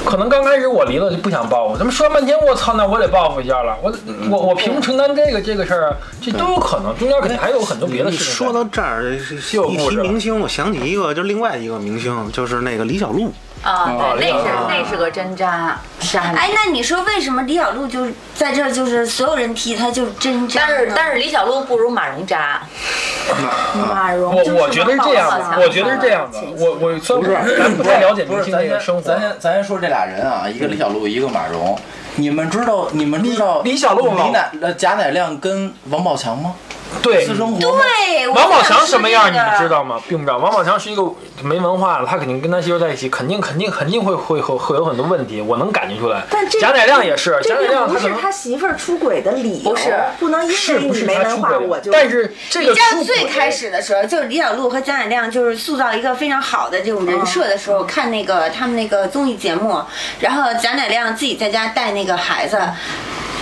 S3: 可能刚开始我离了就不想报复，他们说半天，我操，那我得报复一下了，我
S1: 嗯
S3: 我我凭什么承担这个这个事儿啊？这都有可能，中间肯定还有很多别的
S4: 你
S3: 事情在。
S4: 说
S1: 哎
S4: 到这儿，
S3: 有
S4: 一
S3: 故
S4: 提
S3: 事了
S4: 明星，我想起一个，就另外一个明星，就是那个李小璐。
S2: 啊，
S3: 哦
S2: 对，那是
S3: 啊
S2: 那是个真渣，是啊
S3: 嗯
S2: 还
S5: 哎，那你说为什么李小璐就是在这儿，就是所有人踢她就是真渣
S2: 但
S5: 呢？
S2: 是但是李小璐不如马蓉渣，
S8: 马蓉
S3: 我
S8: 就是
S3: 我觉得是这样
S8: 马
S3: 的，
S8: 蓉
S3: 我觉得是这样的
S8: 前，
S3: 我我虽
S1: 不是
S3: 然，咱不太了解明星
S1: 咱
S3: 这
S1: 先
S3: 个生活，
S1: 咱先咱先说这俩人啊，一个李小璐，一个马蓉。你们知道你们知道
S3: 李李小璐吗
S1: 李乃呃贾乃亮跟王宝强吗？
S3: 对
S1: 私生活吗
S5: 对，我
S3: 王宝
S5: 就想
S3: 强什么样
S5: 说
S3: 你
S5: 这个
S3: 们知？道吗？并不知道。王宝强是一个没文化的，他肯定跟他媳妇在一起，肯定肯定肯定会会会会有很多问题，我能感觉出来
S8: 但。这
S3: 贾乃亮也是，贾
S8: 这
S3: 乃
S8: 并
S3: 亮他
S8: 不
S3: 可
S8: 是
S3: 能
S8: 他媳妇儿出轨的理由，
S2: 不是
S8: 不能因
S3: 是
S8: 为
S3: 不
S8: 你
S3: 是
S8: 没
S3: 他
S8: 文
S3: 出
S8: 化
S3: 轨
S8: 我就，
S3: 但是这
S5: 你
S3: 个
S5: 知道
S3: 出轨
S5: 最开始的时候，就是李小璐和贾乃亮就是塑造一个非常好的这种
S3: 嗯
S5: 人设的时候，看那个他们那个综艺节目，然后贾乃亮自己在家带那个孩子。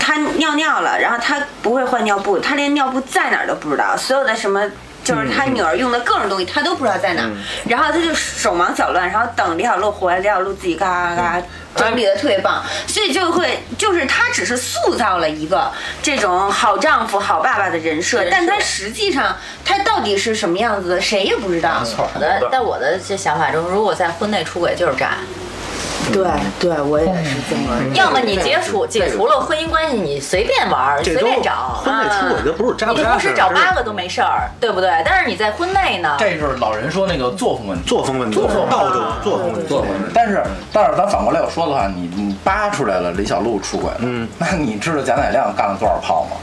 S5: 他尿尿了，然后他不会换尿布，他连尿布在哪儿都不知道，所有的什么。就是他
S3: 嗯
S5: 女儿用的各种东西，他都不知道在哪儿，然后他就手忙脚乱，然后等李小璐回来，李小璐自己嘎嘎嘎嘎整理的特别棒，所以就会就是他只是塑造了一个这种好丈夫、好爸爸的人设，
S2: 人设
S5: 但他实际上他到底是什么样子的，谁也不知道。
S3: 错
S2: 我的，在我的这想法中，如果在婚内出轨就是渣，
S4: 嗯
S8: 对对，我也是这么。
S2: 要么你解除解除了婚姻关系，你随便玩儿，
S4: 这
S2: 随
S4: 都
S2: 便找，
S4: 婚内出轨
S2: 嗯
S4: 就不是渣不
S2: 你
S4: 渣
S2: 同时
S4: 事儿，啊
S2: 找八个都没事儿，对不对？但是你在婚内呢，
S1: 这就是老人说那个作风问题。
S4: 作风问题，
S1: 作风
S4: 道德作风问题，
S6: 做过
S1: 但是，但是咱反过来要说的话，你你扒出来了李小璐出轨了，
S4: 嗯，
S1: 那你知道贾乃亮干了多少炮吗？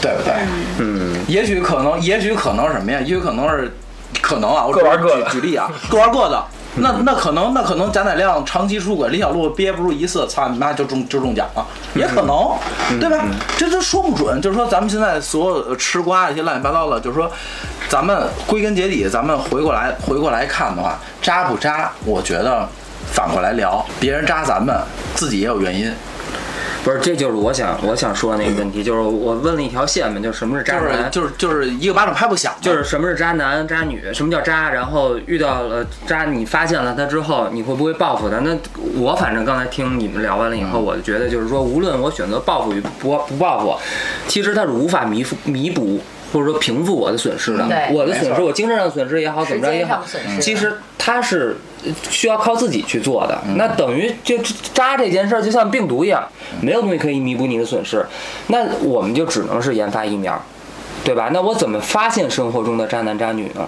S1: 对不对？嗯，也许可能，也许可能是什么呀？也许可能是，可能啊，我只
S3: 各玩各的
S1: 举举例啊，各玩各的。那那可能，那可能贾乃亮长期出轨，李小璐憋不住一次，操你妈就中就中奖了，也可能，对吧？这都说不准。就是说，咱们现在所有呃吃瓜这些乱七八糟的，就是说，咱们归根结底，咱们回过来回过来看的话，渣不渣？我觉得反过来聊，别人渣咱们，自己也有原因。
S6: 不是，这就是我想我想说那个问题，就是我问了一条线嘛，就是什么是
S1: 就
S6: 渣
S1: 是
S6: 男，
S1: 就是就是一个巴掌拍不响嘛，
S6: 就是什么是渣男、渣女，什么叫渣，然后遇到了渣，你发现了他之后，你会不会报复他？那我反正刚才听你们聊完了以后，
S1: 嗯
S6: 我就觉得就是说，无论我选择报复与不不报复，其实他是无法弥复弥补。或者说平复我的损失的，
S2: 对
S6: 我的损
S1: 嗯没
S6: 失，
S1: 错
S6: 我精神上的损失也好，怎么着也好嗯
S2: 时间上的损，失
S6: 其实他是呃需要靠自己去做的。
S1: 嗯
S6: 那等于就就渣这件事儿，就像病毒一样，
S1: 嗯
S6: 没有东西可以弥补你的损失，那我们就只能是研发疫苗。对吧？那我怎么发现生活中的渣男渣女呢？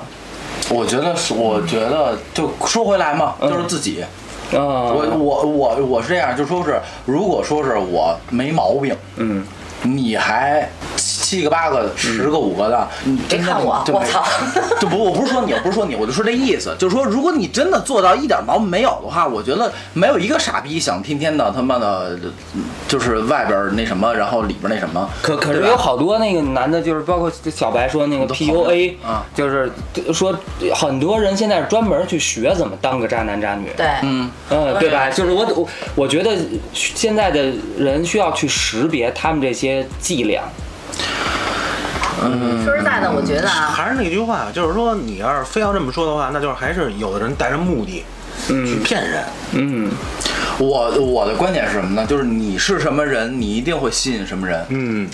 S1: 我觉得是，我觉得就说回来
S6: 嗯
S1: 嘛，就是自己。
S6: 啊、
S1: 我我我我是这样，就说是，如果说是我没毛病，
S6: 嗯，
S1: 你还七七个八个、十个五个的，
S6: 嗯
S1: 你
S2: 别
S1: 真的
S2: 看我
S1: 就没
S2: 我操
S1: 就不，我不是说你，我不是说你，我就说这意思，就是说，如果你真的做到一点毛病没有的话，我觉得没有一个傻逼想天天的他妈的，就是外边儿那什么，然后里边儿那什么。
S6: 可可是
S1: 对吧
S6: 有好多那个男的，就是包括小白说那个
S1: 都好
S6: PUA，
S1: 啊
S6: 就是说很多人现在专门去学怎么当个渣男渣女。
S2: 对，
S1: 嗯，
S6: 嗯，对吧？就是我我我觉得现在的人需要去识别他们这些伎俩。
S2: 说实在
S4: 嗯
S2: 的，我觉得啊，
S4: 还是那句话，就是说你要是非要这么说的话，那就是还是有的人带着目的去骗人。
S6: 嗯，
S1: 我我的观点是什么呢？就是你是什么人，你一定会吸引什么人，
S4: 嗯，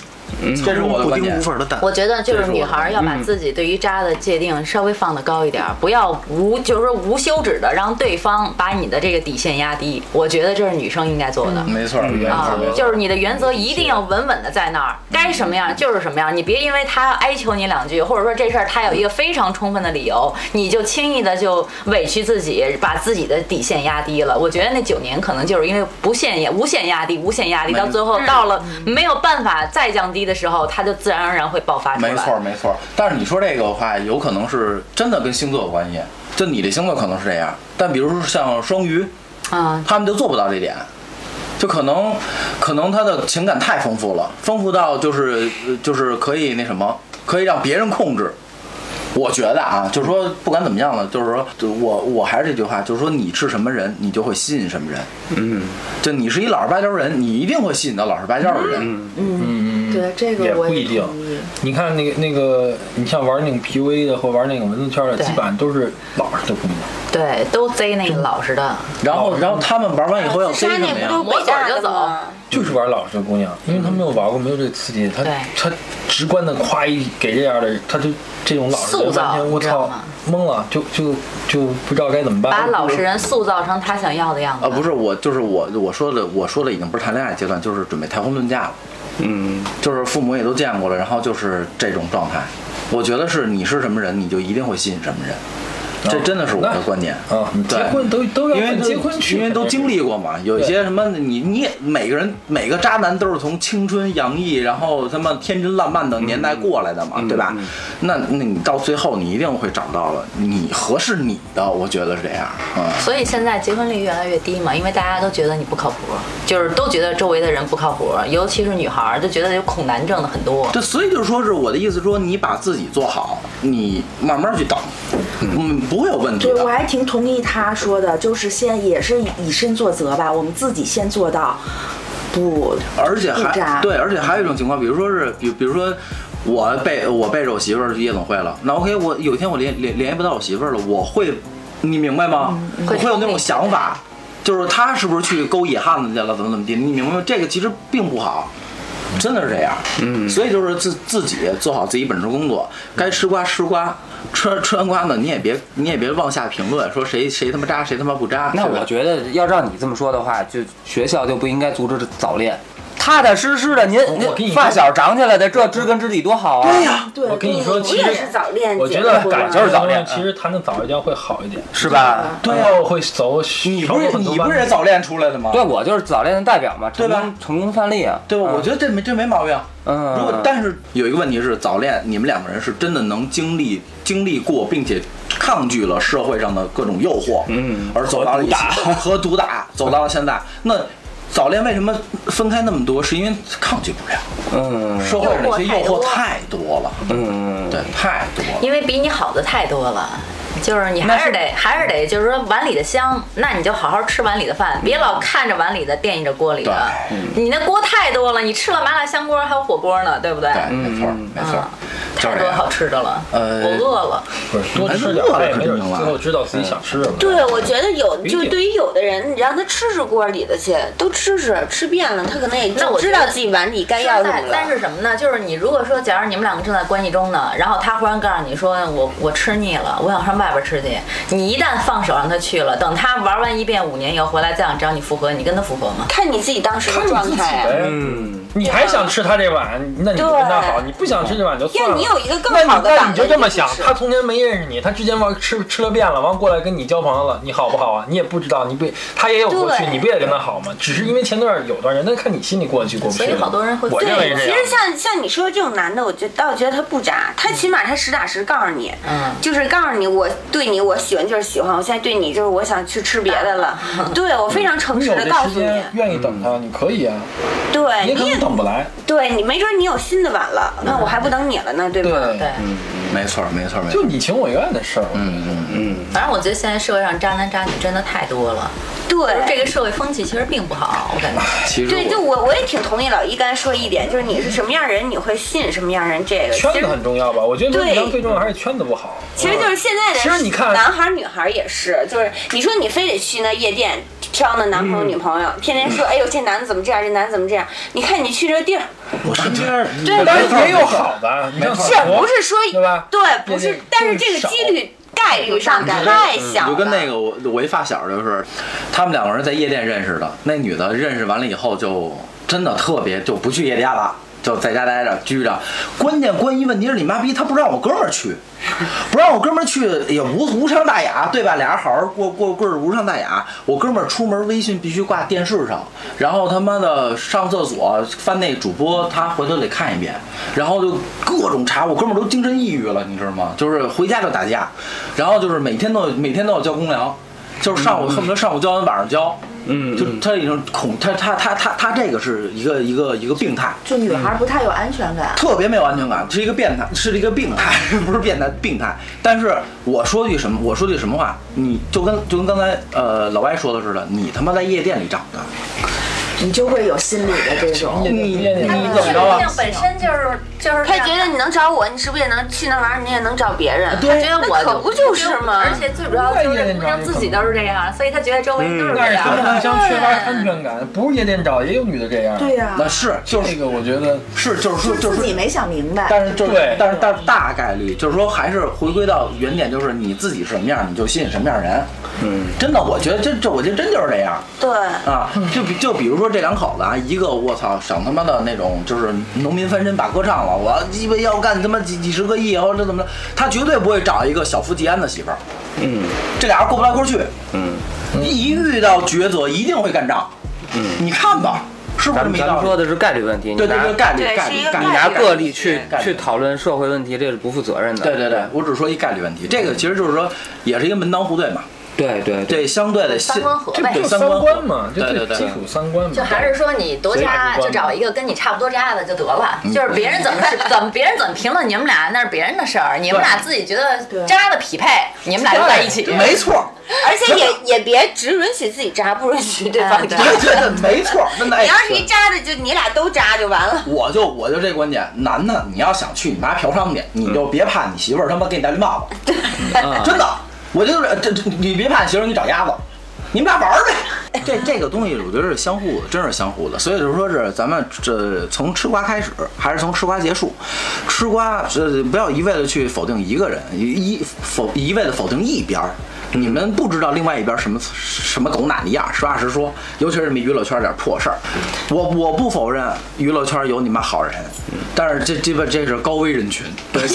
S1: 这是我的
S4: 不
S1: 观
S4: 丁
S1: 点
S4: 无。缝的蛋。
S2: 我觉得就是女孩儿要把
S4: 嗯
S2: 自己对于渣的界定稍微放得高一点儿，不要无就是说无休止的让对方把你的这个底线压低。我觉得这是女生应该做的。
S1: 没错，没
S2: 啊
S1: 错，没，错。
S2: 就是你的原则一定要稳稳的在那儿，该什么
S1: 嗯
S2: 样就是什么样，你别因为他哀求你两句，或者说这事儿他有一个非常充分的理由，你就轻易的就委屈自己，把自己的底线压低了。我觉得那九年可能就是因为不限也无限压低，无限压低，
S1: 没
S2: 到最后到了
S1: 嗯
S2: 没有办法再降低的时候，他就自然而然会爆发出来。
S1: 没错，没错。但是你说这个的话，有可能是真的跟星座有关系。就你的星座可能是这样，但比如说像双鱼，
S2: 啊，
S1: 他们就做不到这点，就可能可能他的情感太丰富了，丰富到就是呃就是可以那什么，可以让别人控制。我觉得啊，就是说不管怎么样了，就是说就我我还是这句话，就是说你是什么人，你就会吸引什么人。嗯，就你是一老实巴交人，你一定会吸引到老实巴交的人。
S8: 对这
S3: 也
S8: 个
S3: 不
S8: 我
S3: 一定
S8: 同意。
S3: 你看那个那个，你像玩那个 PUA 的或玩那个文字圈的，
S2: 对
S3: 基本上都是老实的姑娘。
S2: 对，都贼那个老实的，
S1: 然后，然后他们玩完以后要
S5: 啊自
S1: 逮
S5: 杀
S1: 什
S5: 那
S1: 么呀？
S5: 哎不都是北大的吗？
S3: 就是玩老实的姑娘，因为她没有玩过，没有这个刺激，她
S2: 对
S3: 她直观的夸一给这样的，她就这种老实的
S2: 塑造
S3: 完全
S2: 你
S3: 我
S2: 知道
S3: 操
S2: 吗
S3: 懵了，就就就不知道该怎么办。
S2: 把老实人塑造成他想要的样子。
S1: 啊，不是我，就是我，我说的，我说的已经不是谈恋爱阶段，就是准备谈婚论嫁了。嗯，就是父母也都见过了，然后就是这种状态。我觉得是你是什么人，你就一定会吸引什么人，这真的是我的观点
S3: 啊，你结
S1: 对
S3: 婚都都要
S1: 因为
S3: 奔
S1: 都
S3: 结婚去，
S1: 因为都经历过嘛，有一些什么你你也每个人每个渣男都是从青春洋溢，然后他妈天真烂漫的年代过来的
S3: 嗯
S1: 嘛，对吧？那那你到最后你一定会找到了你合适你的，我觉得是这样，嗯。
S2: 所以现在结婚率越来越低嘛，因为大家都觉得你不靠谱，就是都觉得周围的人不靠谱，尤其是女孩儿，就觉得有恐男症的很多。
S1: 对，所以就是说是我的意思，说你把自己做好，你慢慢去等，嗯，不会有问题
S8: 对，我
S1: 的。
S8: 还挺同意他说的，就是先也是以身作则吧，我们自己先做到。不不，
S1: 而且
S8: 不渣
S1: 还对，而且还有一种情况，比如说是，比比如说我背我背着我媳妇儿去夜总会了，那 OK，我有一天我联联联系不到我媳妇儿了，我会，你明白吗？我会有那种想法，就是她是不是去勾野汉子去了，怎么怎么地？你明白吗？这个其实并不好。真的是这样，嗯，所以就是自自己做好自己本职工作，该吃瓜吃瓜，吃吃完瓜呢，你也别你也别妄下评论，说谁谁他妈渣，谁他妈不渣。
S6: 那
S1: 是吧
S6: 我觉得要让你这么说的话，就学校就不应该阻止早恋。踏踏实实的，您
S3: 我跟你
S6: 您
S3: 说
S6: 发小长起来的，这知根知底多好啊！对呀、
S8: 对，
S3: 我跟你说，其
S5: 我也
S3: 实
S5: 是早恋
S3: 我觉
S5: 结
S3: 得
S5: 的婚
S3: 感
S6: 就是
S3: 情
S6: 早恋
S3: 其实谈的早一点会好一点。
S6: 是吧？
S1: 对
S3: 呀，会走。
S1: 你不是
S3: 少走很多
S1: 你不是
S3: 弯
S1: 也
S3: 路
S1: 早恋出来的吗？
S6: 对，我就是早恋的代表嘛，
S1: 对
S6: 成
S1: 吧
S6: 功成功范例啊，
S1: 对吧？我觉得这没这没毛病。
S6: 嗯
S1: 如果但是呃有一个问题是，早恋你们两个人是真的能经历经历过，并且抗拒了社会上的各种诱惑，
S6: 嗯，
S1: 而走到了一起 和毒打，走到了现在。那早恋为什么分开那么多？是因为抗拒不了
S6: 嗯
S1: 社会上那些诱惑太多了，
S6: 嗯，
S1: 对，太多了。
S2: 因为比你好的太多了。就是你还是得还是得，就是说碗里的香，那你就好好吃碗里的饭，别老看着碗里的惦记着锅里的。
S1: 嗯
S2: 你那锅太多了，你吃了麻辣香锅还有火锅呢，对不对？
S1: 对，没错儿，没错儿，就是
S2: 太
S1: 这
S2: 多
S1: 样
S2: 好吃的了，
S1: 呃
S2: 我饿了。
S3: 不是多吃点
S1: 饿了
S3: 儿，也没
S1: 肯
S3: 准
S1: 定了
S3: 最后知道自己想吃什么。
S5: 对，我觉得有，
S3: 理
S5: 就
S3: 解
S5: 对于有的人，你让他吃吃锅里的去，都吃吃吃遍了，他可能也
S2: 那
S5: 就
S2: 我
S5: 知
S2: 觉得
S5: 道自己碗里该要什么
S2: 但但
S5: 了。
S2: 是什么呢？就是你如果说，假如你们两个正在关系中呢，然后他忽然告诉你说我我吃腻了，我想上外边吃去，你一旦放手让他去了，等他玩完一遍五年以后回来再想找你复合，你跟他复合吗？
S5: 看你自己当时的状态啊。
S3: 哎，你还想吃他这碗，那你就跟他好；你不想吃这碗就算
S5: 要
S3: 了。
S5: 你有一个更
S3: 那
S5: 好
S3: 你
S5: 的
S3: 那
S5: 碗，
S3: 你就这么想
S5: 那，就
S3: 他从前没认识你，他之前玩吃吃了遍了，完过来跟你交朋友了，你好不好啊？你也不知道，你不他也有过去，
S5: 对
S3: 你不也跟他好吗？只是因为前段有段人，那看你心里过得去过不去。
S2: 所以好多人会
S3: 我认为
S5: 对，
S3: 是这
S5: 其
S3: 样
S5: 实。像像你说的这种男的，我觉得倒觉得他不渣，他起码他实打实告诉你，
S2: 嗯
S5: 就是告诉你我对你我喜欢就是喜欢，我现在对你就是我想去吃别的了，对我非常诚
S3: 你
S5: 实
S3: 有
S5: 的
S3: 这
S5: 告
S3: 时
S5: 诉你嗯
S3: 间，愿意等他，你可以啊，你
S5: 对，
S3: 也可
S5: 你也
S3: 能等不来。
S5: 对你没准你有新的碗了，那我还不等你了呢，对吗？
S3: 对，
S2: 对，
S1: 没错儿，没错儿，没错
S3: 就
S1: 儿。
S3: 你情我愿的事儿。嗯，
S2: 反正我觉得现在社会上渣男渣女真的太多了，就是
S5: 对，
S2: 这个社会风气其实并不好，我感 觉。
S1: 其实
S5: 对，
S1: 我
S5: 就我我也挺同意老一刚才说一点，就是你是什么样人，你会吸引什么样人。这个
S3: 圈
S5: 其
S3: 子
S5: 实
S3: 很重要吧？我觉得
S5: 对
S3: 最重要还是圈子不好。
S5: 其实就是现在的，
S3: 其实你看
S5: 男孩儿女孩儿也是，就是你说你非得去那夜店挑那男朋友女朋友，天天说，哎呦这男的怎么这样，这男的怎么这样？你看你去这地儿，
S1: 嗯
S4: 我身边
S5: 对
S3: 当然也有好的，你像
S5: 是不是说
S3: 对吧
S5: 不
S3: 夜
S5: 是
S3: 店，
S5: 但是这
S3: 就是
S5: 个
S3: 少
S5: 几率概率上太小了。
S1: 就跟那个我我一发小就是，他们两个人在夜店认识的，那女的认识完了以后就真的特别就不去夜店了。就在家待着拘着，关键关一问题是你妈逼，她不让我哥们儿去，不让我哥们儿去也无无伤大雅，对吧？俩人好好过过过日子无伤大雅。我哥们儿出门微信必须挂电视上，然后他妈的上厕所翻那主播，他回头得看一遍，然后就各种查，我哥们儿都精神抑郁了，你知道吗？就是回家就打架，然后就是每天都有每天都要交公粮，就是上午恨不得上午交完晚上交，嗯，就他已经恐他他他他他这个是一个一个一个病态，
S8: 就女孩不太有安全感。
S1: 特别没有安全感，是一个变态，是一个病态， 不是变态，病态。但是我说句什么，我说句什么话，你就跟就跟刚才呃老外说的似的，你他妈在夜店里长的，
S8: 啊你就会有心理的这种。
S3: 你你你怎么着啊？
S2: 本身就是就是
S5: 他觉得你能找我，你是不是也能去那玩意儿？你也能找别人？
S2: 他觉得我
S5: 那可不就是吗
S2: 而且最主要的就是这姑娘自己都是这样，所以他觉得周围人都是这
S3: 嗯但是
S2: 样
S3: 咱们互
S2: 的。
S3: 相缺乏安全感，不是夜店找，也有女的这样。
S8: 对啊呀、
S1: 那是就
S3: 这
S1: 是
S3: 个我觉得
S1: 是就是说
S8: 就
S1: 就是是
S8: 自己
S1: 说。
S8: 没想明白。
S1: 但是就是
S3: 对，
S1: 但是但是大概率就是说，还是回归到原点，就是你自己什么样，你就吸引什么样的人。嗯，真的，我觉得这这，我觉得真就是这样。
S5: 对，
S1: 啊，就比就比如说这两口子啊，一个我操想他妈的那种就是农民翻身把歌唱了，我要鸡巴要干他妈几几十个亿，或者怎么着，他绝对不会找一个小富即安的媳妇儿。嗯，这俩人过不来过去。嗯，一遇到抉择一定会干仗。嗯，你看吧，是不是
S6: 咱
S1: 这
S6: 们
S1: 么一
S6: 咱
S1: 道
S6: 们
S1: 理
S6: 说？的是概率问题，
S1: 对对对，
S6: 你拿
S1: 概率
S5: 对
S1: 概
S5: 是一
S1: 率
S5: 个
S1: 概率
S6: 你
S5: 概
S6: 拿
S5: 率
S6: 个例去
S1: 概率
S6: 去讨论社会问题，这是不负责任的。
S1: 对对对，我只说一概率问题，这个其实就是说也是一个门当户对嘛。
S6: 对对对，
S1: 这相对的
S7: 三观合
S3: 这
S7: 呗
S3: 不就
S1: 对三
S3: 三
S1: 观
S3: 观嘛，就
S1: 对
S3: 最
S1: 对对
S3: 基础三观嘛。
S2: 就还是说你多加，就找一个跟你差不多渣的就得了。就是别人怎么是怎么别人怎么评论你们俩，那是别人的事儿，你们俩自己觉得渣的匹配，你们俩就在一起。
S1: 没错，
S5: 而且也也别只允许自己渣，不允许对
S2: 哎
S5: 方
S2: 对
S5: 渣。
S1: 对对对，没错，真的。哎
S5: 你要是一渣的，就你俩都渣就完了。
S1: 我就我就这观点，男的你要想去你妈嫖娼去，你就别怕你媳妇儿他妈给你戴绿帽子，真的，我就是这这你别怕你媳妇儿给你找鸭子。你们俩玩儿呗，这这个东西我觉得是相互的，真是相互的。所以就是说是咱们这从吃瓜开始，还是从吃瓜结束？吃瓜这不要一味的去否定一个人，一一否一味的否定一边儿。你们不知道另外一边什么什么狗哪一样，实话实说，尤其是你们娱乐圈点破事儿，我我不否认娱乐圈有你妈好人，但是这这不这是高危人群，对，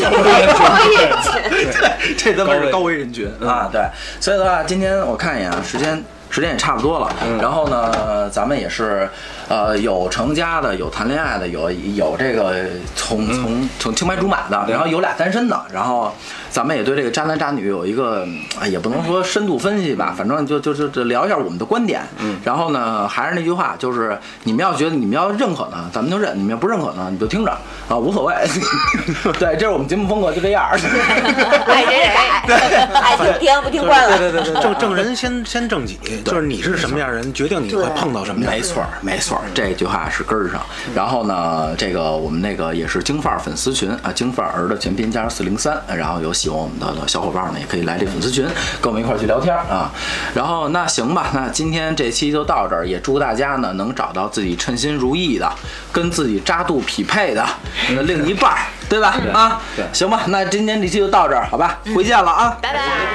S1: 这这他妈是高危人群啊，对，所以的话，今天我看一眼啊，时间。时间也差不多了，然后呢，咱们也是，呃，有成家的，有谈恋爱的，有有这个从从从青梅竹马的，然后有俩单身的，然后咱们也对这个渣男渣女有一个，哎也不能说深度分析吧，反正就就就就聊一下我们的观点。然后呢，还是那句话，就是你们要觉得你们要认可呢，咱们就认；你们要不认可呢，你就听着啊，无所谓。 对，这是我们节目风格，就这 样。
S5: 爱谁谁，爱哎听天不听惯了。
S1: 对对
S4: 正正人先先正己，就是你是什么样人，决定你会碰到什么样
S1: 没
S4: 人。
S1: 错儿，没错儿，这句话是根儿上。然后呢，这个我们那个也是京范儿粉丝群啊，京范儿的全拼加四零三，然后有喜欢我们的小伙伴呢，也可以来这粉丝群，跟我们一块儿去聊天儿啊。然后那行吧，那今天这期就到这儿，也祝大家呢能找到自己称心如意的，跟自己扎度匹配的那另一半儿，对吧？啊，
S6: 对
S1: 行吧，那今天这期就到这儿，好吧，回见了啊，
S2: 拜拜。